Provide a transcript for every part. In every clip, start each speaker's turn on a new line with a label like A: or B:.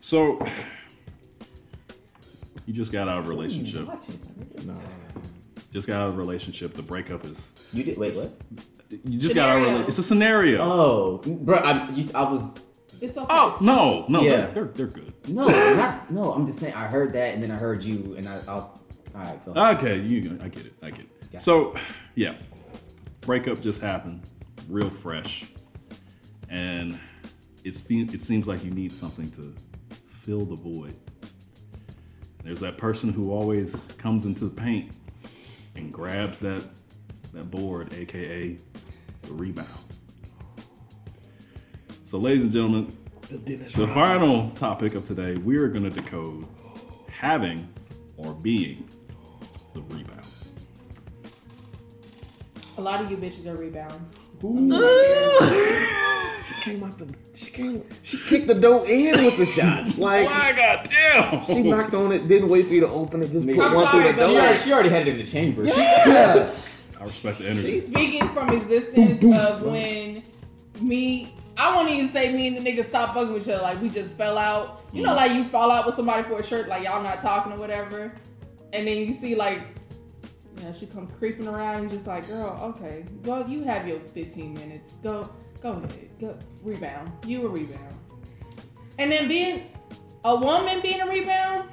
A: So you just got out of a relationship.
B: No.
A: Just got out of a relationship. The breakup is.
B: You did. Wait, what?
A: You just got out of a
C: Scenario.
A: rela- It's a scenario.
B: Oh, bro, I, you, I was
C: It's okay.
A: oh no, no, they're,
B: Yeah.
A: they're they're good.
B: no, not no. I'm just saying. I heard that, and then I heard you, and I, I was. All right, go. ahead.
A: Okay, you. I get it. I get it.
B: Got
A: so, yeah, breakup just happened, real fresh, and it's fe- it seems like you need something to fill the void. There's that person who always comes into the paint and grabs that that board, aka the rebound. So, ladies and gentlemen, the final topic of today, we are going to decode having or being the rebound.
C: A lot of you bitches are rebounds.
D: she came out the. She came. She kicked the door in with the shots. Like
A: My God damn!
D: she knocked on it, didn't wait for you to open it, just put
C: I'm
D: one
C: sorry,
D: through the
C: but
D: door.
B: She already, she already had it in the chamber. She-
D: Yeah.
A: I respect the energy.
C: Speaking from existence of when me, I won't even say me and the nigga stopped fucking with each other. Like we just fell out. You
A: Mm.
C: know, like you fall out with somebody for a shirt, like y'all not talking or whatever, and then you see like, you know, she come creeping around. You just like, girl, okay, well you have your 15 minutes. Go, go ahead, go rebound. You a rebound. And then being a woman being a rebound,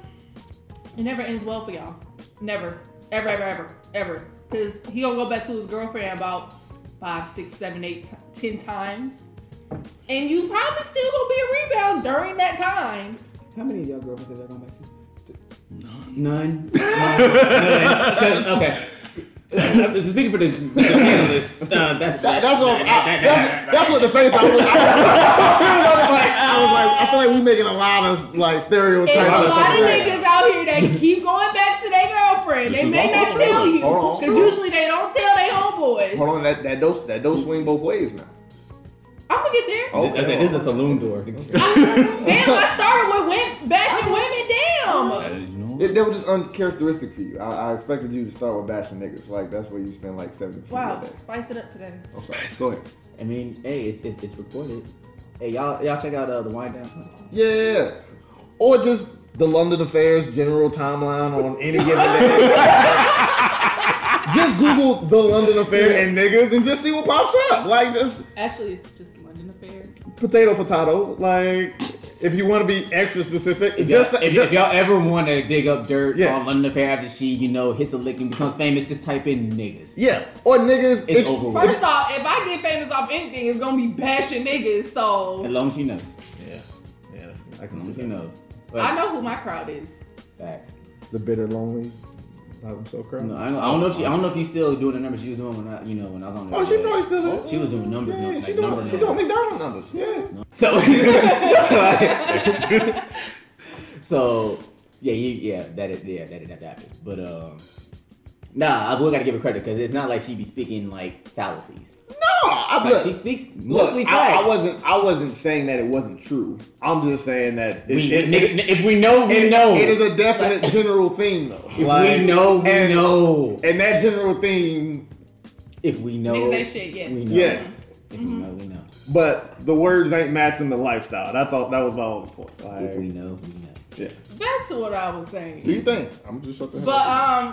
C: it never ends well for y'all. Never. Ever, ever, ever, ever. Because he gonna go back to his girlfriend about five, six, seven, eight, t- ten times. And you probably still gonna be a rebound during that time.
B: How many of y'all girlfriends have y'all gone back to? None. None. None. 'Cause- okay. I'm just speaking for the, the panelists. Uh, that's
D: That- that's what I, that's, that's what the face I was. I, was like, I was like, I feel like we making a lot of like stereotypes.
C: There's a
D: out of
C: lot of
D: that.
C: niggas out here that keep going back to their girlfriend.
A: This
C: They
A: is
C: may
A: also
C: not
A: true.
C: tell you.
D: Hold on.
C: Because usually they don't tell their
D: Hold
C: homeboys.
D: on, that that dose that dose swing both ways now.
C: I'm gonna get there.
D: Oh,
B: I said, this is a saloon door.
C: Damn, I started with women, bashing women
A: Uh,
C: down.
A: you know,
D: It, that was just uncharacteristic for you. I, I expected you to start with bashing niggas. Like that's where you spend like seventy percent
C: Wow,
D: of your day.
C: spice it up today.
D: I'm sorry. Go ahead.
B: I mean, hey, it's, it's, it's recorded. Hey, y'all, y'all check out uh, the wind down.
D: Yeah, yeah, yeah. Or just the London Affairs general timeline on any given day. just Google the London Affair and niggas and just see what pops up. Like just
C: Actually, it's just London affair.
D: potato potato. Like if you want to be extra specific,
B: If y'all,
D: just
B: if, if y'all ever want to dig up dirt
D: Yeah.
B: on London Affair after she, you know, hits a lick and becomes famous, just type in niggas.
D: yeah. Or niggas.
B: It's
D: if-
B: over with.
C: First off, if I get famous off anything, it's gonna be bashing niggas.
B: As
C: So
B: long as she knows.
D: Yeah, yeah. That's, I
B: As long
D: can
B: as
D: see
B: she
D: that.
B: knows.
C: I know who my crowd is.
B: Facts.
D: The bitter lonely. By himself, crowd.
B: No, I don't, I don't know if she. I don't know if you still doing the numbers she was doing when I, you know, when I was on. The
D: Oh, she probably still doing.
B: She was doing numbers.
D: Yeah,
B: num-
D: she
B: like,
D: doing.
B: number
D: she doing
B: numbers.
D: McDonald numbers. Yeah.
B: So, so yeah, you, yeah, that is yeah, that that happened. But um, nah, I will gotta give her credit because it's not like she be speaking like fallacies.
D: No, I
B: Like
D: look.
B: she speaks mostly
D: Look, I,
B: facts.
D: I wasn't. I wasn't saying that it wasn't true. I'm just saying that it,
B: We,
D: it,
B: we-
D: it-
B: nigga, if we know, we
D: it-
B: know.
D: it is a definite general theme, though.
B: if we know, we
D: and,
B: know.
D: And that general theme,
B: If we know,
C: Niggas ain't shit, yes.
B: we know.
D: Yes. Mm-hmm.
B: If we know, we know.
D: but the words ain't matching the lifestyle. That's all. That was my only point. Like,
B: If we know, we know.
D: yeah.
C: Back to what I was
D: What do
C: saying.
D: you think? I'm just shut the hell
C: But
D: up.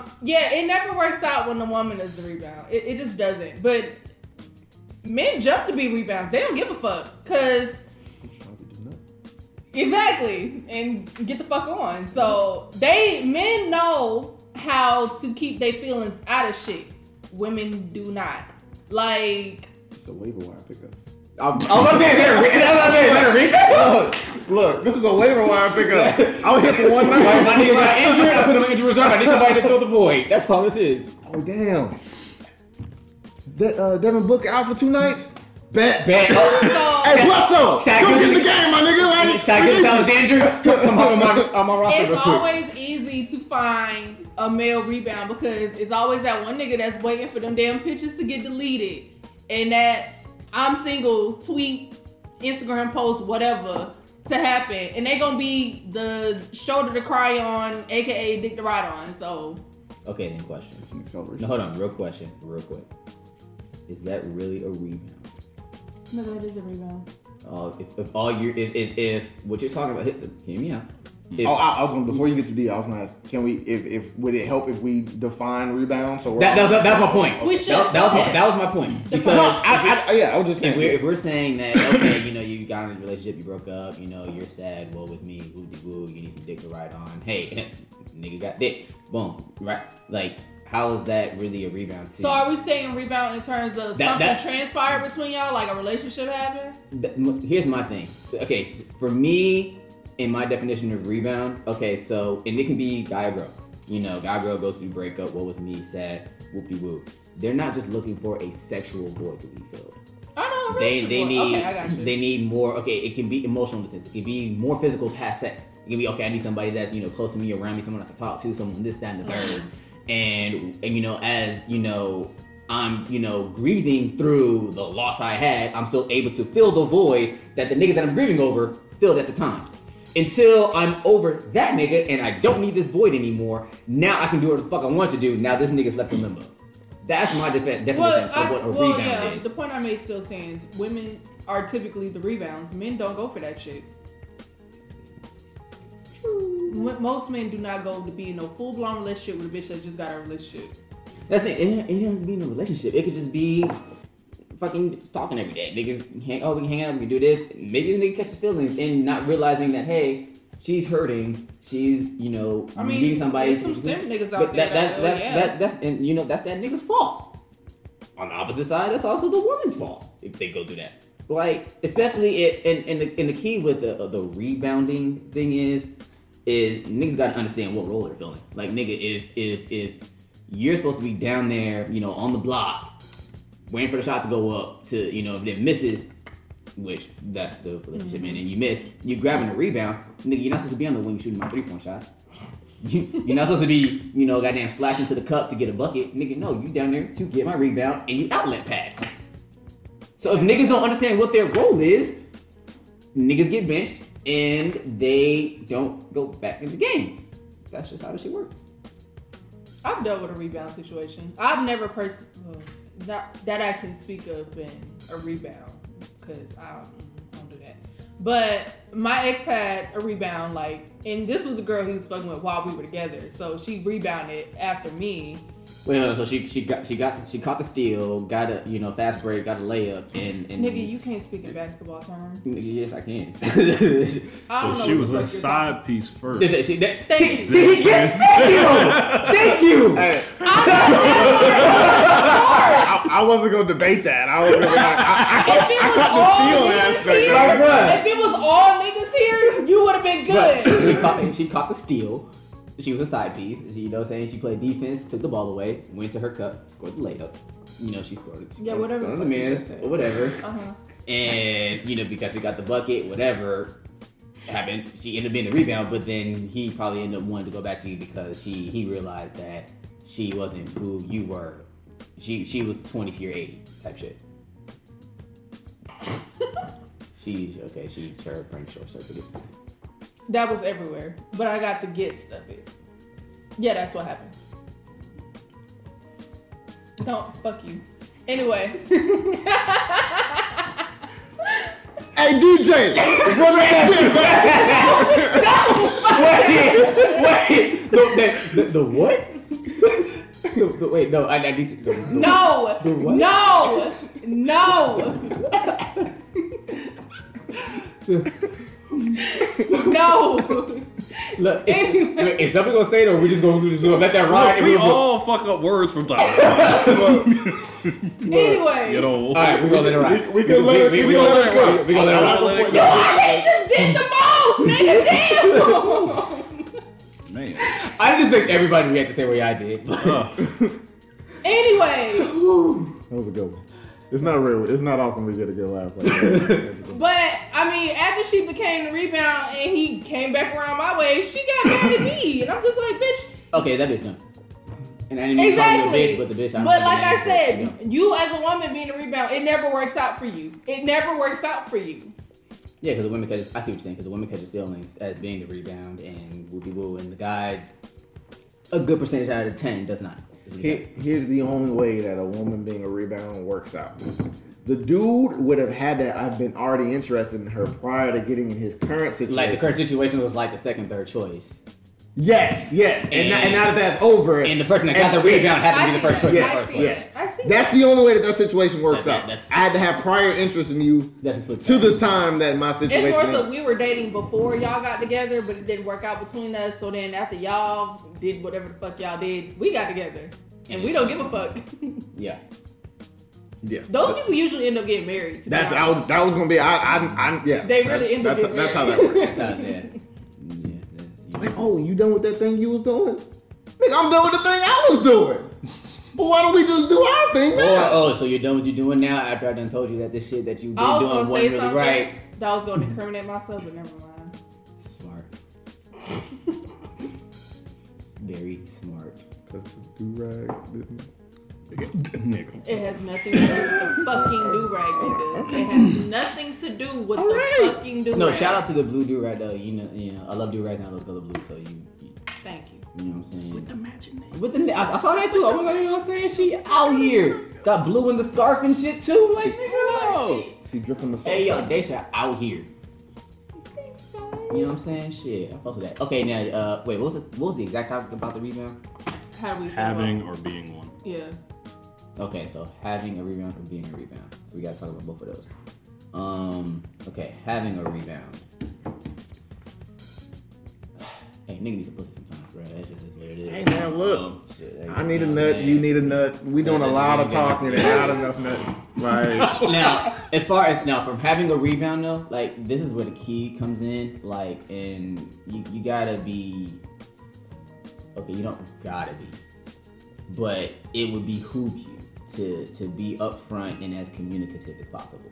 C: um, yeah, it never works out when the woman is the rebound. It, it just doesn't. But men jump to be rebounds. They don't give a fuck. Cause
D: I'm just trying to get this nut.
C: Exactly. And get the fuck on. So they men know how to keep their feelings out of shit. Women do not. Like
D: It's a waiver wire pickup.
B: I'm, I'm about to say, is that a re- that's what I'm saying, is that a rebound?
D: Look, look, this is a waiver wire pickup. I'm here for one
B: Like, my
D: night.
B: nigga got injured. I put him in injury reserve. I need somebody to fill the void. That's all this is.
D: Oh damn. De- uh, Devin Booker out for two nights. Bet.
B: Bad. Oh,
C: so
D: Hey, what's up?
B: Shaq,
D: Come
B: you-
D: get the game, my nigga. Like,
B: Shaq
D: we need
B: Gilgeous Alexander,
D: you.
B: come come hop on my on my roster real
C: it's
B: quick.
C: always easy to find a male rebound because it's always that one nigga that's waiting for them damn pictures to get deleted. And that I'm single tweet, Instagram post, whatever, to happen. And they gonna be the shoulder to cry on, aka dick to ride on. So
B: Okay, then question.
D: It's an acceleration.
B: No, hold on. Real question, real quick. Is that really a rebound?
C: No, that is a rebound.
B: Uh, if, if all you if, if, if what you're talking about, hit them. Hear me out. If,
D: Oh, I, I was gonna, before you get to D, I was gonna ask, can we, if, if, would it help if we define rebound? So we're
B: that, that, was, that was my point.
C: We
B: That-
C: should-
B: That, was my,
C: okay.
B: that was my point.
D: No,
B: Because
D: I, I, yeah, I was just
B: if
D: saying.
B: we're, if we're saying that, okay, you know, you got in a relationship, you broke up, you know, you're sad, woe with me, woo de woo, you need some dick to ride on. Hey, nigga got dick. Boom. Right. Like, how is that really a rebound team?
C: So are we saying rebound in terms of
B: That-
C: something
B: that-
C: transpired between y'all, like a relationship happened?
B: Th- m- here's my thing. Okay, for me, in my definition of rebound, okay, so and it can be guy or girl. You know, guy or girl goes through breakup. What was me sad? Whoopie whoop. They're not just looking for a sexual void to be filled.
C: Oh no,
B: They they
C: relationship.
B: need
C: Okay, I got you.
B: they need more. Okay, it can be emotional in the sense. It can be more physical past sex. It can be okay. I need somebody that's you know close to me, around me, someone I can talk to, someone this, that, and the third. And and you know, as you know, I'm you know grieving through the loss I had. I'm still able to fill the void that the nigga that I'm grieving over filled at the time. Until I'm over that nigga and I don't need this void anymore. Now I can do whatever the fuck I want to do. Now this nigga's left in limbo. That's my defi- definition
C: well,
B: of
C: I,
B: what a
C: well,
B: rebound
C: yeah.
B: is.
C: The point I made still stands. Women are typically the rebounds. Men don't go for that shit. Mo- Most men do not go to be in no full blown relationship with a bitch that just got a relationship.
B: That's the thing. It it doesn't be in a relationship. It could just be fucking just talking every day. Niggas hang oh we can hang out, we can do this. Maybe the nigga catches feelings and not realizing that hey, she's hurting. She's you know
C: I mean,
B: needing somebody.
C: there's some sim niggas out
B: but
C: there
B: that,
C: that
B: that,
C: will,
B: that's,
C: yeah.
B: that, that's and you know that's that nigga's fault. On the opposite side, that's also the woman's fault if they go through that. Like especially it and and the, and the key with the uh, the rebounding thing is is niggas got to understand what role they're filling. Like nigga, if if if you're supposed to be down there, you know, on the block, waiting for the shot to go up to you know if it misses, which that's the relationship
C: Mm-hmm.
B: man, and you miss, you grabbing the rebound, nigga, you're not supposed to be on the wing shooting my three point shot. You- You're not supposed to be, you know, goddamn slashing to the cup to get a bucket. Nigga, no, you down there to get my rebound and you outlet pass. So if niggas don't understand what their role is, niggas get benched and they don't go back in the game. That's just how this shit works.
C: I've dealt with a rebound situation. I've never person that that I can speak of been a rebound because I don't, I don't do that. But my ex had a rebound, like, and this was the girl he was fucking with while we were together. So she rebounded after me.
B: Wait, no, no, so she she got she got she caught the steal, got a you know fast break, got a layup, and, and
C: Nigga, you can't speak in basketball terms.
B: Nigga, yes I can.
C: I don't
A: So
C: know
A: she was
C: what the
A: a
C: fuck you're talking-
A: side piece first.
B: That's it, she- that-
C: Thank
B: see-
C: you.
B: see, he can't- thank you, thank you.
D: Hey,
C: I
D: I, I wasn't gonna debate that. I was gonna. I, I,
C: don't know. If
B: right, bruh.
C: it was all niggas here, if it
D: caught the steal aspect,
C: was all niggas here, you would have been
B: But
C: good.
B: she caught she caught the steal. She was a side piece. She, you know what I'm saying? She played defense, took the ball away, went to her cup, scored the layup. You know, she scored it. She
C: Yeah,
B: scored-
C: whatever
B: scored on
C: the
B: the
C: fuck you
B: man,
C: just said.
B: or whatever.
C: Uh-huh.
B: And, you know, because she got the bucket, whatever happened, she ended up being the rebound, but then he probably ended up wanting to go back to you because she he realized that she wasn't who you were. She she was 20 to your 80 type shit. She's okay, she her brain short circuited.
C: That was everywhere, but I got the gist of it. Yeah, that's what happened. Don't fuck you. Anyway,
D: hey DJ, run that shit
B: wait,
D: back.
B: the, the, the, the what? the, the- wait, no, I, I need to. The, the-
C: no,
B: The what?
C: no, no, no.
B: Look, is, wait, is somebody gonna say it, or we just gonna just gonna let that ride?
A: Look,
B: and
A: we
B: we'll go-
A: all fuck up words from time. to time.
C: Anyway,
A: you know.
B: all right, we gonna let it ride.
D: We- we can let it- we can let it go.
B: We gonna let it
A: I'm
B: ride.
A: gonna let it
C: you already just did the most, nigga. Damn.
A: Man.
B: I just think everybody react the same way I did.
A: Ugh.
C: anyway,
D: That was a good one. It's not real. It's not often we get a good laugh like that.
C: but I mean, after she became the rebound and he came back around my way, she got mad at me, and I'm just like, bitch.
B: okay, that bitch done. And I didn't even call you a
C: Exactly.
B: bitch, but the bitch. I
C: But like I said, you as a woman being a rebound, it never works out for you. It never works out for you.
B: yeah, because the women catches. I see what you're saying. Because the women catches feelings as being the rebound and whoopie woo, and the guy, a good percentage out of ten does not.
D: Here- Here's the only way that a woman being a rebound works out. The dude would have had that. I've been already interested in her prior to getting in his current situation.
B: Like the current situation was like the second, third choice,
D: Yes, yes. And,
B: And-
D: now, and now that that's over,
B: and the person that got
D: And-
B: the rebound had to be the first choice. in the
D: Yeah,
B: first
C: I see
B: place.
D: yeah.
C: that. I see
D: that's
C: that.
D: the only way that that situation works
B: That-
D: out.
B: that's-
D: I had to have prior interest in you
B: That's a slip.
D: to the time that my situation.
C: It's more so we were dating before y'all got together, but it didn't work out between us. So then after y'all did whatever the fuck y'all did, we got together. And we don't give a fuck.
B: Yeah.
D: yeah.
C: Those people usually end up getting married. To be
D: That's I
C: honest.
D: was, that was gonna be I I, I yeah.
C: They
D: that's,
C: really end up
D: that's,
C: getting
D: that's how that
C: married.
D: works.
B: That's out there. Yeah. that-
D: Like, oh, you done with that thing you was doing? Nigga, I'm done with the thing I was doing. But why don't we just do our thing
B: Or,
D: now?
B: oh, so you're done what you're doing now after I done told you that this shit that you've been
C: I was
B: doing
C: gonna
B: wasn't
C: say
B: really
C: something
B: right.
C: that I was gonna incriminate myself, but never mind.
B: Smart. Very smart.
A: Nigga.
C: It has nothing to do with the fucking do rag, nigga. It has nothing to do with the
D: Alright.
C: fucking do rag.
B: No, shout out to the blue do right though. You know, you know, I love do right and I love color blue. So you, you,
C: Thank you.
B: you know what I'm saying. With the,
A: magic name.
B: I, I saw that too. Oh my god, you know what I'm saying? She out here got blue in the scarf and shit too. Like, nigga, like, shit.
D: She dripping the sauce.
B: Oh! hey yo, Daisha out here.
C: Thanks,
B: You
C: guys.
B: know what I'm saying? Shit, I fuck with that. Okay, now, uh, wait, what was the what was the exact topic about the rebound?
C: How do we feel about-
A: Having or being one.
C: Yeah.
B: Okay, so having a rebound from being a rebound. So we gotta talk about both of those. Um, okay, having a rebound. hey, nigga needs a pussy sometimes, bro. That just is what it is. Um,
D: Hey, man, look.
B: shit, like,
D: I need a
B: you know what
D: nut.
B: I'm
D: You
B: saying?
D: need a nut. We doing a lot of talking and not enough nut. Like,
B: now, as far as now, from having a rebound though, like this is where the key comes in. Like, and you, you gotta be okay. You don't gotta be, but it would behoove you to to be upfront and as communicative as possible.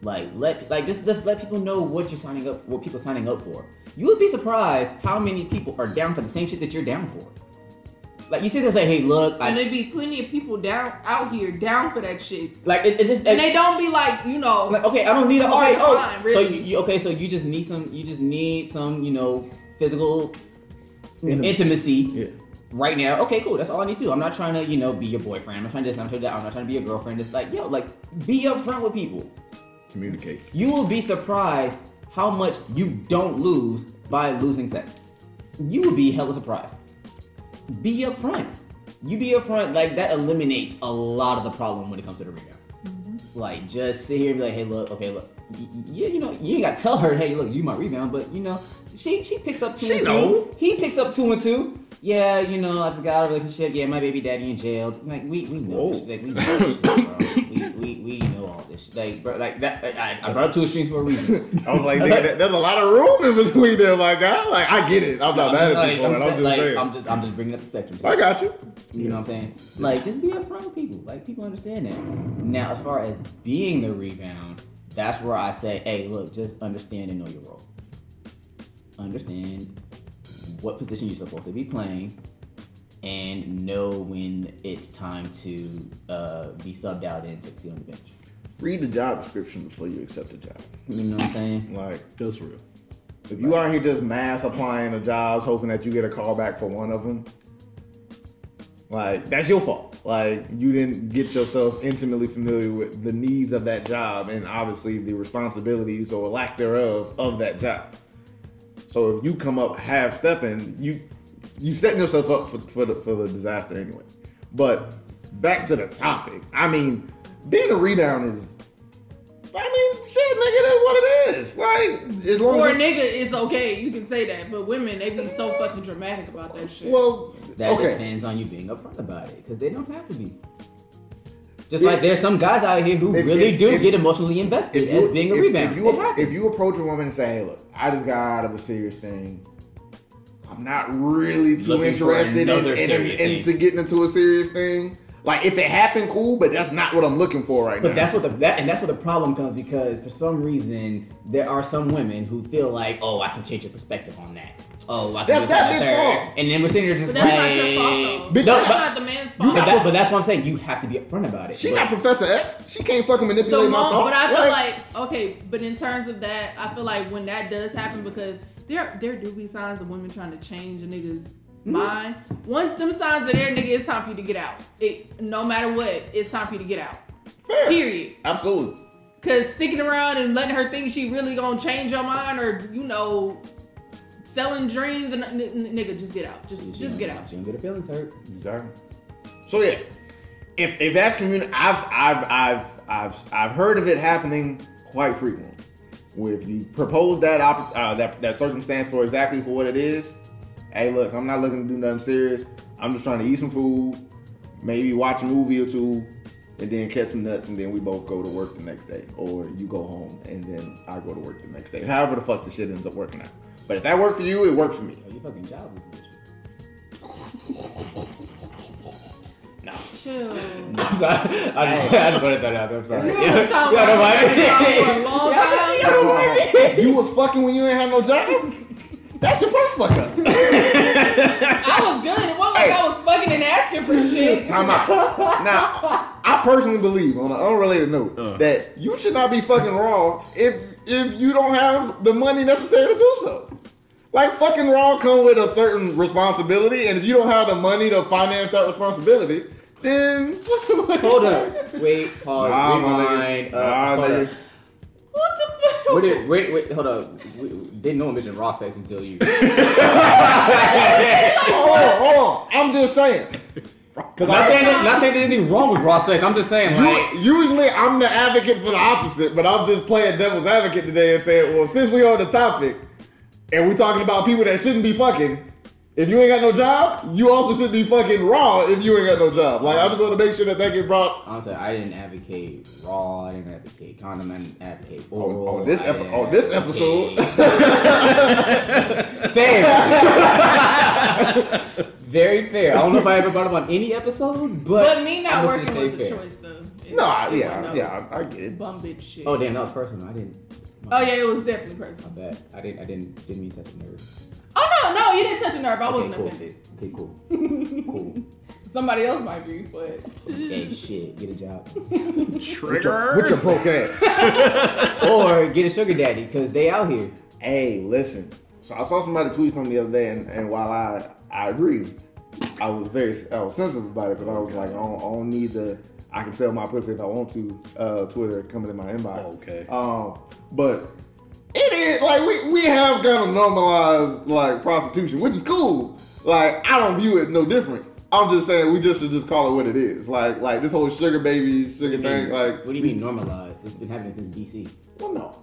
B: Like let like just just let people know what you're signing up, what people signing up for. You would be surprised how many people are down for the same shit that you're down for. Like you sit there and say, "Hey, look,
C: and
B: I
C: there'd be plenty of people down out here down for that shit.
B: like it, it's just
C: And they don't be like, you know,
B: Like, okay, I don't need a
C: All
B: okay.
C: the
B: Oh,
C: time,
B: so
C: really.
B: you, you okay? So you just need some. You just need some. You know, physical
D: Intimacy.
B: intimacy
D: yeah.
B: right now. Okay, cool. That's all I need to. I'm not trying to you know be your boyfriend. I'm not trying to this. I'm not trying to that. I'm not trying to be your girlfriend. It's like yo, like be upfront with people.
D: Communicate.
B: You will be surprised how much you don't lose by losing sex. You will be hella surprised. Be upfront. You be upfront, like that eliminates a lot of the problem when it comes to the rebound.
D: Mm-hmm.
B: Like just sit here and be like, hey, look, okay, look, y- y- yeah, you know, you ain't gotta tell her, hey, look, you my rebound, but you know, she she picks up two
D: She
B: and two.
D: know.
B: He picks up two and two. Yeah, you know, I just got out of a relationship. Yeah, my baby daddy in jail. Like we we know,
D: Whoa.
B: this- like we know, this shit, bro. we, we we know all this. Shit. Like bro, like that. I, I brought up two extremes for a reason.
D: I was like, nigga, that, there's a lot of room in between there, my guy. Like, I get it. I'm not mad at you
B: I'm,
D: for it. I'm
B: saying,
D: just
B: like,
D: saying.
B: I'm just I'm just bringing up the spectrum.
D: I got you.
B: You know what I'm saying? Like, just be upfront with people. Like, people understand that. Now, as far as being the rebound, that's where I say, hey, look, just understand and know your role. Understand what position you're supposed to be playing, and know when it's time to uh, be subbed out and to sit on the bench.
D: Read the job description before you accept a job.
B: You know what I'm saying?
D: Like,
A: That's real.
D: If you out here just mass applying to jobs, hoping that you get a call back for one of them, like that's your fault. Like you didn't get yourself intimately familiar with the needs of that job and obviously the responsibilities or lack thereof of that job. So if you come up half stepping, you you setting yourself up for for the, for the disaster anyway. But back to the topic. I mean, being a rebound is. I mean, shit, nigga, that's what it is. Like, as long
C: for a
D: as
C: nigga, it's okay. You can say that, but women, they be so fucking dramatic about that shit.
D: Well,
B: That
D: okay.
B: depends on you being upfront about it, because they don't have to be. Just
D: Yeah.
B: like there's some guys out here who
D: If-
B: really
D: if-
B: do
D: if-
B: get emotionally invested as being a
D: if,
B: rebound.
D: If you,
B: It happens.
D: if you approach a woman and say, "Hey, look, I just got out of a serious thing. I'm not really too
B: Looking for
D: interested in,
B: another
D: in, in,
B: serious
D: into
B: thing."
D: getting into a serious thing. Like, if it happened, cool, but that's not what I'm looking for right
B: But
D: now."
B: that's what the that, and that's where the problem comes because for some reason there are some women who feel like, oh, I can change your perspective on that. Oh, I can
D: That's
B: do
D: that
B: and
D: bitch
B: third.
D: fault.
B: And then we're sitting here just
C: but that's not
B: like,
C: your fault though.
D: Bitch,
B: No,
C: that's
B: but,
C: not the man's
D: you
C: fault.
B: but that- but that's what I'm saying. You have to be upfront about it.
D: she
B: But-
D: not Professor X. She can't fucking
C: the
D: manipulate my
C: mom,
D: thoughts.
C: but I feel like, okay, but in terms of that, I feel like when that does happen, because there there do be signs of women trying to change a nigga's mind. Once them signs are there, nigga, it's time for you to get out. It no matter what, it's time for you to get out.
D: Fair.
C: Period.
D: Absolutely.
C: Cause sticking around and letting her think she really gonna change your mind or you know, selling dreams and n- n- nigga, just get out. Just
B: She
C: just
B: don't-
C: get out.
B: She don't get her feelings hurt. Sorry.
D: So yeah, if if that's community, I've I've I've I've I've heard of it happening quite frequently. Where if you propose that op- uh, that that circumstance for exactly for what it is, hey, look, I'm not looking to do nothing serious. I'm just trying to eat some food, maybe watch a movie or two, and then catch some nuts, and then we both go to work the next day, or you go home and then I go to work the next day. However the fuck the shit ends up working out. But if that worked for you, it worked for me.
B: Oh, you fucking job was an issue.
C: Chill.
B: I'm sorry. I just, I just wanted that out. I'm sorry.
C: You know what I'm talking
B: Yeah, I don't mind.
C: about. You've been around for a long time.
D: you was fucking when you ain't had no job. That's your first fuck up.
C: I was good. It wasn't like I was fucking and asking for shit.
D: Time out. Now, I personally believe, on an unrelated note,
A: Uh.
D: that you should not be fucking raw if if you don't have the money necessary to do so. Like fucking raw come with a certain responsibility, and if you don't have the money to finance that responsibility, then
B: Hold up. Wait, pause.
D: Nah,
B: rewind.
D: nigga.
B: Oh, Uh,
D: Nah,
B: hold
D: nigga.
B: up.
C: What the fuck?
B: Wait, wait, wait, wait, hold up. We, we didn't know mention raw sex until you.
D: hold on, hold on. I'm just saying. 'Cause
B: Not
D: I-
B: saying, that, not saying there's anything wrong with raw sex. I'm just saying, like,
D: You- usually I'm the advocate for the opposite, but I'm just playing devil's advocate today and saying, well, since we on the topic and we talking about people that shouldn't be fucking, if you ain't got no job, you also shouldn't be fucking raw if you ain't got no job. Like I just want to make sure that that get brought.
B: honestly, I didn't advocate raw. I didn't advocate condom. I didn't advocate
D: On,
B: oral.
D: on Oh, this
B: I
D: epi-
B: didn't
D: on this episode,
B: advocate- fair. Very fair. I don't know if I ever brought up on any episode, but
C: But me not
B: I'm just
C: working
B: gonna
C: was
B: say
C: a
B: fair.
C: choice though. It-
D: no, I-
C: it
D: yeah,
C: wasn't no
D: yeah, I, I get it.
C: Bum bitch shit.
B: Oh damn, that was personal. I didn't.
C: Oh yeah, it was definitely
B: I
C: personal.
B: bet I didn't. I didn't. Didn't mean to touch a nerve.
C: Oh no, no, you didn't touch a nerve. I
B: okay,
C: wasn't
B: cool.
C: offended.
B: Okay, cool. Cool.
C: Somebody else might be, but
B: hey, shit. Get a job.
D: With your, with your broke ass.
B: or get a sugar daddy, cause they out here.
D: hey, listen. So I saw somebody tweet something the other day, and, and while I I agree, I was very I was sensitive about it because I was like, I don't, I don't need the I can sell my pussy if I want to. Uh, Twitter coming in my inbox.
B: Oh,
A: Okay.
D: Um, but it is like we we have kind of normalized like prostitution, which is cool. Like I don't view it no different. I'm just saying we just should just call it what it is. Like like this whole sugar baby sugar thing. Like
B: what do you mean normalized? This has been happening since DC.
D: Well, no.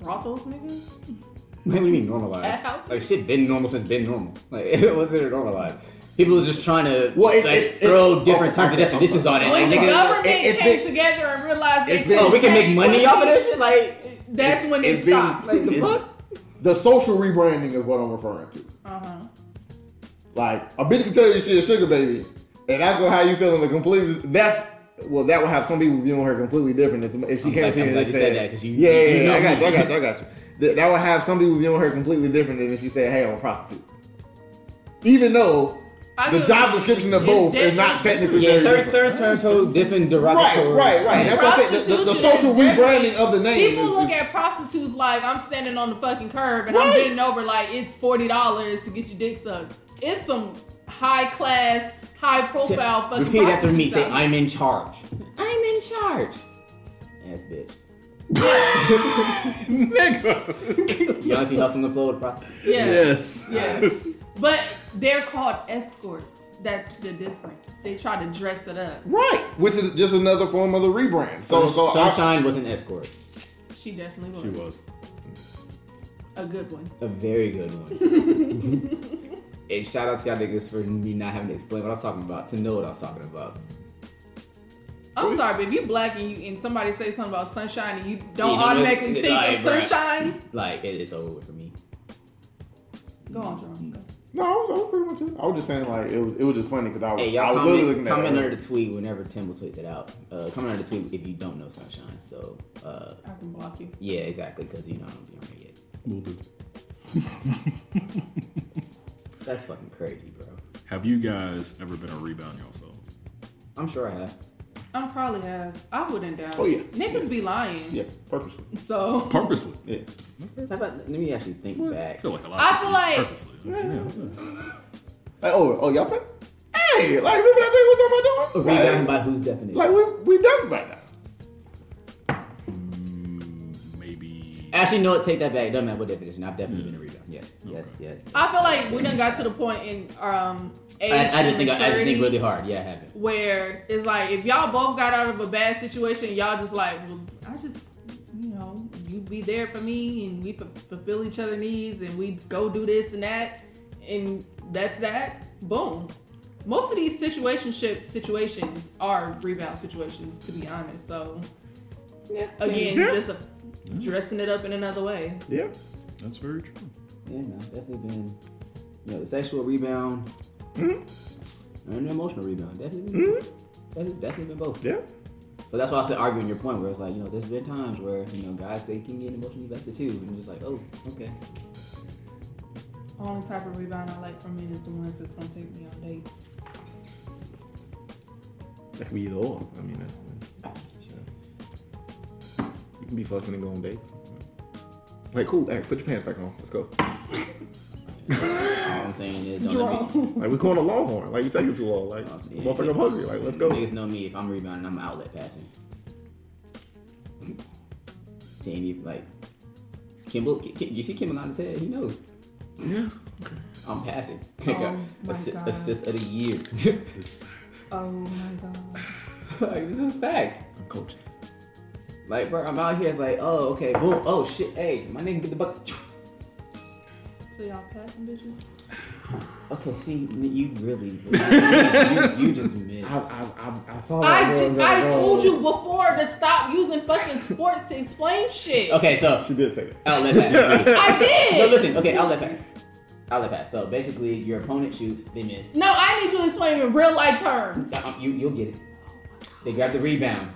C: brothels, nigga.
B: What do you mean normalized?
C: At house?
B: Like shit, been normal since been normal. Like it wasn't normalized. People are just trying to
D: Well, it-
B: like,
D: it- it-
B: throw different
D: oh,
B: types of
D: okay,
B: definitions
D: I'm
B: on it.
D: sorry.
B: Like,
C: When the
D: nigga,
C: government
D: it- it's
C: came
D: been-
C: together and realized
D: it's
C: they
D: been-
B: oh,
C: couldn't
B: we can make
C: take
B: money off of this shit. Like,
C: pussy, That's when
D: it's
C: it
D: been-
C: stopped.
B: like the
D: It's-
B: fuck?
D: The social rebranding is what I'm referring to.
C: Uh huh.
D: Like a bitch can tell you she a sugar baby, and that's gonna how you feeling. A completely that's well, that would have some people viewing her completely different. If some- if she
B: I'm
D: came
B: glad-
D: to you
B: I'm
D: and
B: glad
D: just
B: you said that, 'cause you-
D: yeah, yeah,
B: you
D: yeah,
B: know
D: I got
B: me.
D: you, I got you, I got you. That, that would have some people viewing her completely different than if you said, "Hey, I'm a prostitute," even though
C: I
D: the
C: get
D: job
C: what you
D: description of
C: mean. It's
D: both is not
C: different.
D: technically
B: Yeah,
D: very
B: certain,
D: different.
B: certain terms hold different
D: Right,
B: derogatory.
D: right, right. That's what I'm saying. The, the, the social
C: Prostitution is
D: rebranding
C: different.
D: of the name.
C: People
D: is,
C: look
D: is-
C: at prostitutes like I'm standing on the fucking curb and I'm
D: Right.
C: bending over like it's forty dollars to get your dick sucked. It's some high class, high
B: Say-
C: profile fucking.
B: Repeat after me.
C: prostitutes
B: Say,
C: out here.
B: I'm in charge. I'm in charge. Ass bitch.
A: Nigga.
B: You honestly hustling the flow with prostitutes.
C: Yeah.
A: Yes.
C: Yes. But they're called escorts. That's the difference. They try to dress it up.
D: right, which is just another form of the rebrand. So, so I-
B: Sunshine was an escort.
C: She definitely was.
A: She was.
C: A good one.
B: A very good one. and shout out to y'all niggas for me not having to explain what I was talking about, to know what I was talking about.
C: I'm sorry, but if you black and you and somebody say something about sunshine and you don't
B: Yeah, no,
C: automatically
B: no,
C: think
B: right,
C: of
B: right.
C: sunshine,
B: Like, it, it's over with for me.
C: go on, Jerome.
D: No, I was, I was pretty much it. I was just saying like it was, it was just funny because I was,
B: Hey,
D: I
B: y'all
D: was literally looking
B: comment,
D: at
B: comment
D: her.
B: under the tweet whenever Tim will tweet it out. Uh, comment under the tweet if you don't know Sunshine. So, uh,
C: I can block you.
B: yeah, exactly, because you know I don't be on it yet.
A: Will do.
B: That's fucking crazy, bro.
A: Have you guys ever been a rebound yourself?
B: I'm sure I have.
C: I'm probably have. I wouldn't doubt.
D: Oh, yeah.
C: Niggas be lying.
D: Yeah, purposely.
C: So
A: Purposely.
D: Yeah.
B: How about, let me actually think
A: I
B: back.
A: feel like a lot.
C: I
A: of
C: feel
A: people
C: like-
A: use purposely. Yeah,
D: Like, oh, oh, y'all think? Hey, like remember that thing Oh, we was talking about doing?
B: Rebound
D: Like,
B: by whose definition?
D: like we we done by now.
A: Mm,
B: actually, no. Take that back. Doesn't matter what definition. I've definitely been a rebound. Yes, yes,
A: Okay.
B: yes.
C: I feel like we done got to the point in um age
B: I, I
C: and
B: didn't think. I, I didn't
C: maturity
B: think really hard. Yeah, I haven't.
C: where it's like if y'all both got out of a bad situation, y'all just like, well, I just you know you be there for me and we fu- fulfill each other's needs and we go do this and that and that's that. Boom. Most of these situationship situations are rebound situations, to be honest. So again,
D: Yeah.
C: just a, dressing it up in another way.
D: Yeah.
A: That's very true.
B: Yeah, no, definitely been. You know, the sexual rebound
C: Hmm?
D: Mhm.
B: and the emotional rebound. Definitely, been-
D: Mhm.
B: definitely, definitely been both.
D: Yeah.
B: So that's why I said arguing your point, where it's like, you know, there's been times where, you know, guys, they can get emotionally invested too. And you're just like, oh, okay.
C: Only type of rebound I like from men is the ones that's gonna take me on dates.
D: That can be either or. I mean, that's sure. You can be fucking and go on dates. Like, cool. Hey, put your pants back on. Let's go.
B: All I'm saying is, don't let me-
C: Draw.
D: Like, we're calling a longhorn. Like, you taking too long. Like,
B: Yeah.
D: motherfucker, I'm hungry. Like, let's go.
B: Niggas know me if I'm rebounding, I'm outlet passing. to any like Kimball, Ki- Ki- you see Kimball on his head, he knows.
A: Yeah.
B: I'm passing.
C: Oh my
B: Assi-
C: God.
B: assist of the year.
A: This,
C: Oh my god.
B: like this is facts.
D: I'm coaching.
B: Like bro, I'm out here. It's like, oh okay, boom, oh shit, hey, my nigga get the bucket.
C: So y'all passing bitches?
B: Okay, see, you really, you, you just
D: I,
B: missed.
D: I, I, I saw that.
C: I,
D: girl
C: ju-
D: that
C: I
D: girl.
C: told you before to stop using fucking sports to explain shit.
B: Okay, so
D: She did say that.
B: outlet pass.
C: I did.
B: no, listen, okay, outlet pass. Outlet pass. So basically, your opponent shoots, they miss.
C: No, I need you to explain in real life terms.
B: Uh, You, you'll get it. They grab the rebound.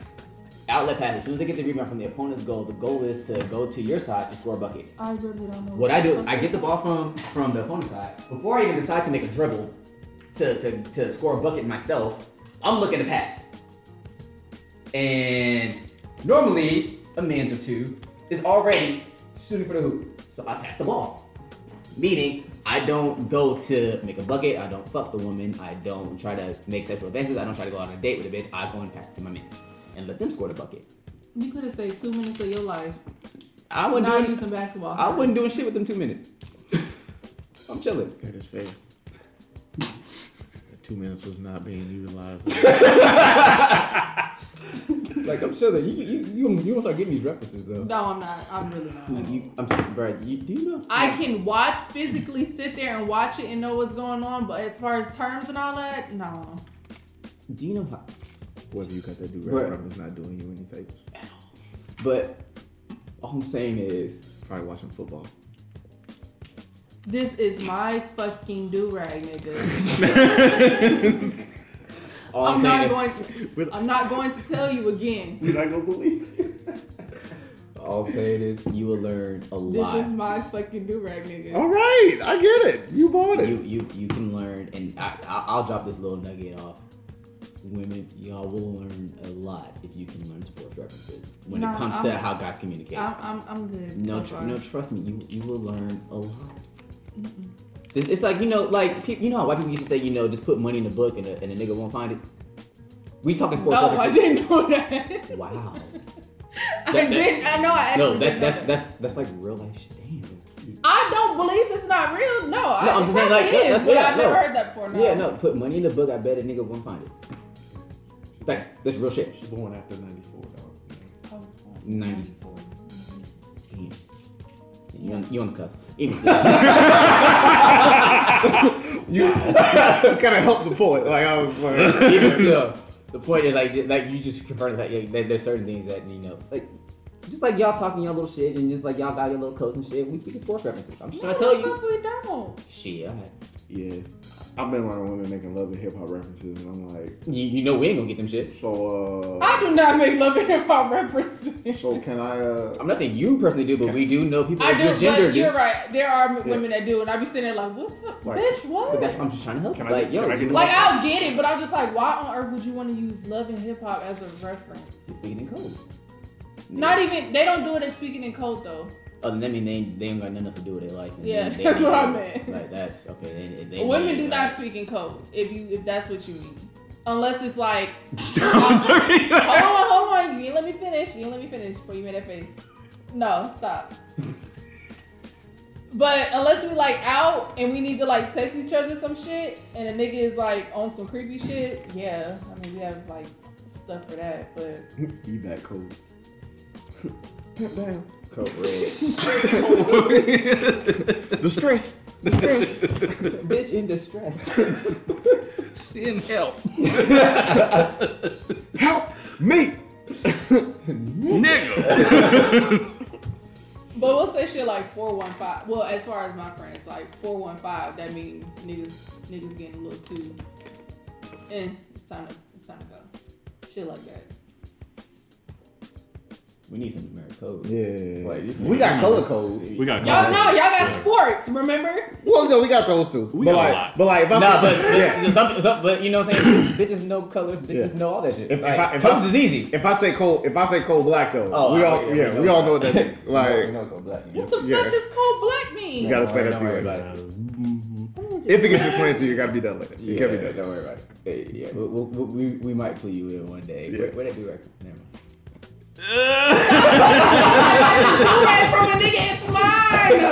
B: Outlet pass. As soon as they get the rebound from the opponent's goal, the goal is to go to your side to score a bucket.
C: I really don't know.
B: What I do, I get the ball from from the opponent's side. Before I even decide to make a dribble to, to, to score a bucket myself, I'm looking to pass. And normally, a man's or two is already shooting for the hoop. So I pass the ball. Meaning, I don't go to make a bucket. I don't fuck the woman. I don't try to make sexual advances. I don't try to go on a date with a bitch. I go and pass it to my mates and let them score the bucket.
C: You could have saved two minutes of your life
B: I wouldn't.
C: not
B: do any-
C: using basketball.
B: I wasn't doing shit with them two minutes. I'm chilling.
D: That is fair. Two minutes was not being utilized.
B: Like I'm chilling. You you you, you gonna start getting these references though.
C: No, I'm not. I'm really not.
B: You, I'm sorry, bro. You, do you know?
C: I can watch physically sit there and watch it and know what's going on, but as far as terms and all that, no.
B: Do you know how?
D: Whether you got that do
B: Right.
D: right from is not doing you any favors.
B: But all I'm saying is,
D: Probably watching football.
C: This is my fucking do rag, nigga.
B: all I'm,
C: I'm
B: saying
C: not
B: is,
C: going to. I'm not going to tell you again.
D: You're not gonna believe.
B: all I'm saying is, you will learn a
C: This
B: lot.
C: is my fucking do rag, nigga.
D: All right, I get it. You bought it.
B: you you you can learn, and I, I I'll drop this little nugget off. Women, y'all will learn a lot if you can learn sports references when
C: No,
B: it comes to
C: I'm-
B: how guys communicate.
C: I'm, I'm, I'm good.
B: No,
C: so
B: tr-
C: far.
B: no, trust me, you you will learn a lot. It's, it's like you know, like pe- you know how white people used to say, you know, just put money in the book and a, and a nigga won't find it. We talking sports.
C: No, I
B: references.
C: didn't know that.
B: Wow.
C: I
B: that-
C: didn't. I know. I actually
B: no, that's
C: didn't know
B: that's
C: that.
B: that's that's like real life shit. Damn.
C: I don't believe it's not real. No, I,
B: I'm
C: it
B: just saying,
C: probably
B: like, that-
C: is,
B: that's-
C: but
B: yeah,
C: I've never
B: no.
C: heard that before. No.
B: Yeah, no, put money in the book. I bet a nigga won't find it. Like that's real shit.
D: born after '94, dog.
B: Ninety. Damn. You on, you on the cusp. Even-
D: You kind of helped the point. Like I was like,
B: even still, the point is like, like you just confirmed that yeah, there- there's certain things that you know, like just like y'all talking y'all little shit, and just like y'all got your little codes and shit. We speak in sports references. I'm just
C: No,
B: trying to tell you.
C: fuck, we don't.
B: Shit, alright.
E: Yeah. I've been around women making love and hip hop references, and I'm like,
B: you, you know we ain't gonna get them shits.
E: so,
C: I
E: uh,
C: do not make love and hip hop references.
E: so can I, uh,
B: I'm not saying you personally do, but we do know people
C: I
B: of your
C: do,
B: gender
C: but
B: do.
C: you're right. There are m- women that do, and I be sitting there like, "What's up,
E: Like-
B: But
C: bitch?
B: that's
C: What?"
B: why I'm just trying to help.
E: Can I-
B: like, yo,
E: can I get
B: you
E: the-
C: Like I'll get it, but I'm just like, why on earth would you want to use love and hip hop as a reference?
B: speaking in code.
C: Not even they don't do it in speaking in code though.
B: Other than me, they ain't, they ain't got nothing else to do with their life. and
C: Yeah,
B: they- they
C: that's
B: ain't-
C: what I meant.
B: Like that's okay. They, they,
C: Women
B: they-
C: do
B: like-
C: not speak in code if you if that's what you mean. Unless it's like
A: I'm sorry.
C: hold on, hold on, you didn't let me finish. You didn't let me finish before you made that face. No, stop. but unless we like out and we need to like text each other some shit, and a nigga is like on some creepy shit, yeah. I mean, we have like stuff for that, but
E: You back cold. Pimp down. Cold red. the stress. The stress.
B: Bitch in distress.
A: Send help.
E: Help me.
A: Nigga.
C: but we'll say shit like four one five. Well, as far as my friends, like four one five. That means niggas niggas getting a little too. And it's time to it's time to go. Shit like that.
B: we need some numeric code.
D: Yeah.
B: Like, you-
D: we got color codes.
A: We
B: Uh-huh.
A: got
C: Y'all know y'all got
A: Yeah.
C: sports. Remember?
D: Well, no, we got those two.
A: We
D: but
A: got a
D: like,
A: lot.
D: but like, if I
B: Nah, but
D: yeah.
B: but, some, some, but you know what I'm saying? bitches know colors, bitches know all that shit.
D: If- if
B: Like,
D: I- if
B: colors
D: I-
B: is easy.
D: If I say cold, if I say cold black though,
B: Oh,
D: we
B: I-
D: all yeah, we,
B: know
D: all
B: that.
D: know what that means.
B: We know- we
D: Like,
B: know it's black.
C: What the
D: Yeah.
C: fuck does cold black mean?
D: You gotta
B: Don't
D: say
B: worry-
D: that
B: don't
D: to
B: worry
D: you.
B: about it.
D: if it gets explained to you, you gotta be that later. You can't be
B: Yeah,
D: that.
B: Don't worry about it. Hey, yeah, we, we, we, we might clue you in one day.
D: Yeah.
B: Where, where that be record? Never mind.
C: You ran from a nigga, it's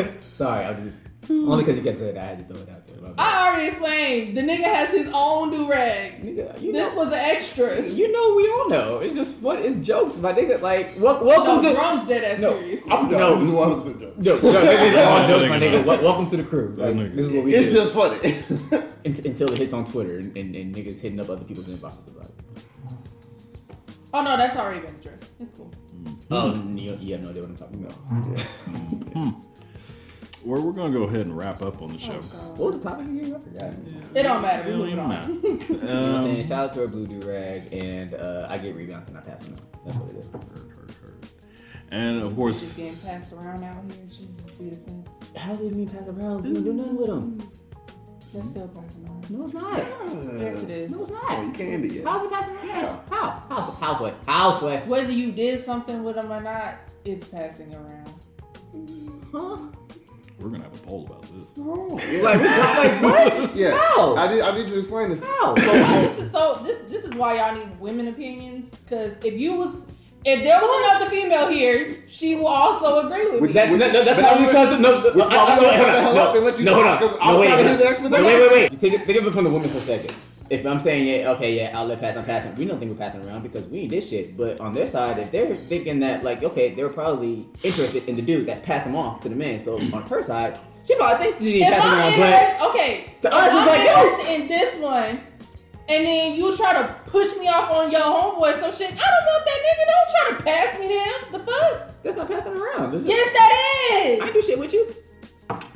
C: mine.
B: Sorry, I was just, only because you kept saying that, I had to throw it out there. My bad.
C: I
D: Ah!
C: already explained. The nigga has his own do rag.
B: Nigga, you,
C: This
B: know,
C: was an extra.
B: you know, we all know. It's just fun. It's jokes, my nigga. Like, wel- welcome
C: No,
B: to.
C: drums dead ass
B: No.
C: serious.
D: I'm
B: No.
D: done. No, this is a
B: No, no,
D: joke.
B: it's all
A: That
B: jokes, my
A: nigga
B: nigga.
A: know.
B: Wel- Welcome to the crew.
A: That
B: Like,
A: nigga.
B: this is what we
D: It's
B: do.
D: just funny.
B: Unt- until it hits on Twitter and, and, and niggas hitting up other people's inboxes about it.
C: Oh no, that's already been addressed. It's cool.
B: Oh, you, you have no idea what I'm talking about.
A: Well, we're gonna go ahead and wrap up on the show.
C: Oh, God.
B: What was the topic again? I forgot.
C: It don't matter.
A: It
C: We
A: don't
C: moving
A: even
C: on.
A: matter.
B: You know what I'm saying?
A: Um,
B: Shout out to our blue do rag, and uh, I get rebounds and I pass them out. That's what it is.
A: heard, heard, heard. And of
C: Just
A: course,
C: getting passed around out here. Jesus be the fence.
B: How's it mean pass around? You don't do nothing with them.
C: That's still passing around.
B: No, it's not.
C: Yes, it
B: No, it's
C: is.
B: not.
E: You can't be, yes.
B: How's it passing around? How? House, houseway. Houseway.
C: Whether you did something with them or not, it's passing around.
B: Huh?
A: we're gonna have a poll about this.
B: Like, like what?
D: Yeah.
B: How?
D: I need, I need you to explain this.
B: How?
C: this is so this this is why y'all need women opinions because if you was if there was another female here, she will also agree with
D: Which-
C: me.
B: That, no, no, that's
D: But
B: not
D: I'm
B: because no, no,
D: Which
B: I- I- no,
D: I'm gonna
B: hold on,
D: hell
B: no,
D: up and let you
B: no,
D: talk,
B: hold on.
D: 'cause
B: No,
D: I'm
B: wait,
D: trying to
B: wait,
D: hear the
B: wait.
D: explanation.
B: No, wait, wait, wait. Take it, think of it from the women's perspective. If I'm saying yeah, okay, yeah, I'll let pass. I'm passing. We don't think we're passing around because we ain't this shit. But on their side, if they're thinking that like, okay, they're probably interested in the dude that passed them off to the man. So on her side, she probably thinks she ain't
C: If
B: passing
C: I'm
B: around, but
C: interested, okay,
B: To
C: if
B: us, it's
C: I'm
B: like, yo.
C: interested in this one, and then you try to push me off on your homeboy, some shit. I don't want that nigga. Don't try to pass me down. The fuck?
B: that's not passing around. That's just-
C: Yes, that
B: I
C: is.
B: ain't do shit with you. What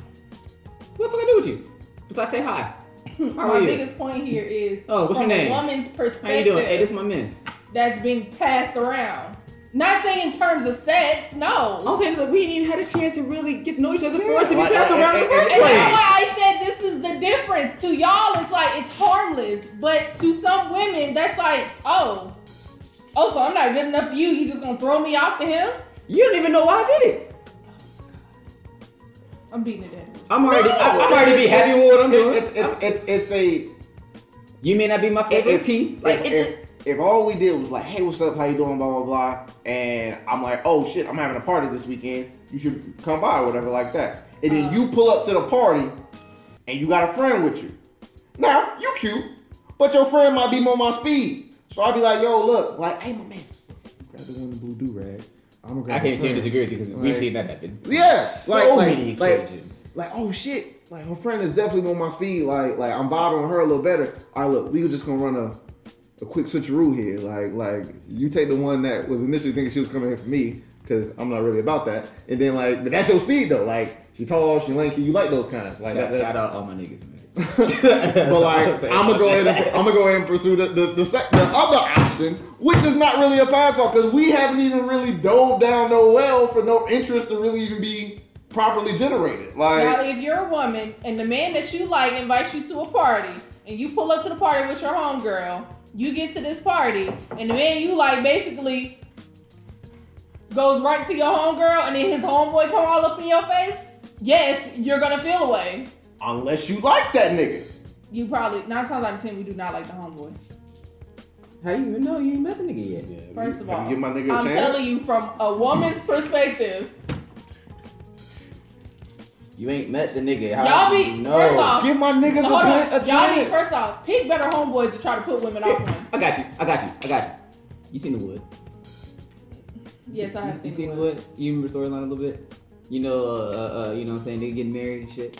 B: the fuck I do with you? Besides say hi. How
C: My
B: are you?
C: biggest point here is
B: Oh, what's
C: from
B: your name?
C: a woman's
B: How
C: perspective
B: you doing? Hey, this is my man.
C: that's being passed around. Not saying in terms of sex, no.
B: I'm saying is like we ain't even had a chance to really get to know each other for us to be
D: Like,
B: passed
D: and-
B: around in the
D: and- and-
B: first
C: And that's
B: place.
C: why I said this is the difference. To y'all, it's like it's harmless, but to some women, that's like, oh, oh, so I'm not good enough for you. You just gonna throw me off to him?
B: You don't even know why I did it.
C: I'm beating the dead horse.
B: I'm already, I,
D: No,
B: I'm already be
D: it's-
B: happy with what I'm doing.
D: It's it's it's it's a
B: you may not be my favorite
D: it's-
B: tea. Like,
D: if,
B: it-
D: if, if all we did was like, hey, what's up? How you doing? Blah blah blah. And I'm like, oh shit, I'm having a party this weekend. You should come by, or whatever, like that. And
B: Uh.
D: then you pull up to the party, and you got a friend with you. Now you cute, but your friend might be more my speed. So I'll be like, yo, look, like, hey, my man, grab the one in the blue do rag. I'm
B: I
D: gonna grab
B: can't
D: your
B: even
D: friend.
B: disagree with you because
D: Like-
B: we've seen that happen.
D: Yeah,
B: so
D: like, like,
B: many
D: like-
B: occasions.
D: like, oh shit, like her friend is definitely on my speed. Like, like I'm vibing with her a little better. All right, look, we were just gonna run a, a quick switcheroo here. Like, like you take the one that was initially thinking she was coming here for me because I'm not really about that. And then like, but that's your speed though. Like, she tall, she lanky. You like those kinds. Like,
B: shout,
D: that,
B: shout
D: that,
B: out all my niggas, man.
D: but like, I'm gonna go ahead. And, I'm gonna go ahead and pursue the the, the, sec- the other option, which is not really a pass off because we haven't even really dove down no well for no interest to really even be properly generated. Like.
C: Now, if you're a woman and the man that you like invites you to a party, and you pull up to the party with your homegirl, you get to this party, and the man you like basically goes right to your homegirl, and then his homeboy come all up in your face. Yes, you're gonna feel away.
D: Unless you like that nigga.
C: You probably nine times out of ten we do not like the homeboy.
B: How you even know you ain't met the nigga yet?
C: First of
D: Can
C: all,
D: you give my nigga a
C: I'm
D: chance?
C: telling you from a woman's perspective.
B: You ain't met the nigga. How
C: Y'all
B: do
C: be
B: you know?
C: first off.
D: Give my niggas
C: hold
D: a,
C: on,
D: pla- a
C: y'all need
D: chance.
C: first off pick better homeboys to try to put women off on.
B: I got you. I got you. I got you. You seen the wood?
C: Yes, I
B: You-
C: have
B: You
C: seen,
B: seen the
C: one.
B: wood? You remember the storyline a little bit? You know, uh, uh, you know, what I'm saying they getting married and shit.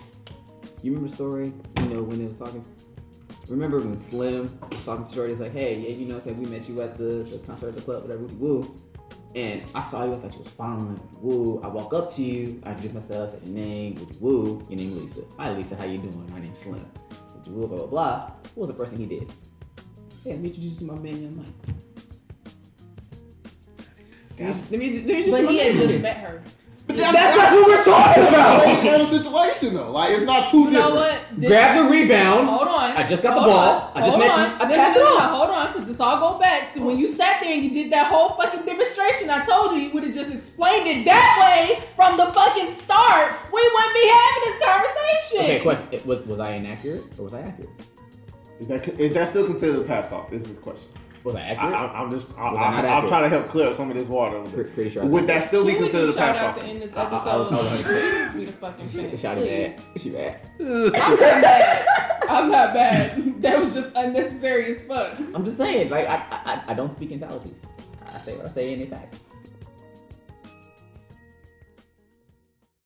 B: You remember the story? You know when they was talking. Remember when Slim was talking to Shorty? It's like, hey, yeah, you know, what I'm saying we met you at the, the concert at the club, whatever, woo, woo. And I saw you. I thought you was fine. Woo. I walk up to you. I introduce myself. Say your name. Woo. woo. Your name Lisa. Hi Lisa. How you doing? My name's Slim. Woo. Blah blah blah. What was the first thing he did? Yeah, let me introduce you to my man. I'm like, let me, let me, let me introduce you to
C: But
B: my
C: he had
B: man.
C: just met her.
D: But
C: Yeah.
D: that's
B: That's what we're talking about.
D: like the kind of situation though. Like it's not too
C: You know
D: different.
C: what? This-
B: Grab the rebound.
C: Hold on.
B: I just got the
C: Hold
B: ball.
C: on.
B: I just
C: Hold
B: met you.
C: on.
B: I
C: No,
B: passed
C: no,
B: it
C: no,
B: on.
C: no, Hold on, because this all go back to when you sat there and you did that whole fucking demonstration. I told you you would have just explained it that way from the fucking start. We wouldn't be having this conversation.
B: Okay, question. It- Was, was I inaccurate or was I accurate?
D: Is that is that still considered a pass off? This is the question.
B: Was I
D: I,
B: accurate?
D: I, I'm just I,
B: Was that not
D: I, I'm
B: accurate?
D: trying to help clear up some of this water. A little
B: Pre-
D: bit.
B: pretty sure. I
D: Would that still be
C: Can we
D: considered a
C: do shout
D: pass
C: out
D: off?
C: to end this
B: I- I-
C: episode?
B: I was- I was-
C: Jesus, we the fucking
B: did.
C: finish,
B: Shawty
C: please.
B: bad. She bad.
C: I'm not bad. I'm not bad. That was just unnecessary as fuck.
B: I'm just saying. Like I, I, I- I don't speak in fallacies. I say what I say in a fact.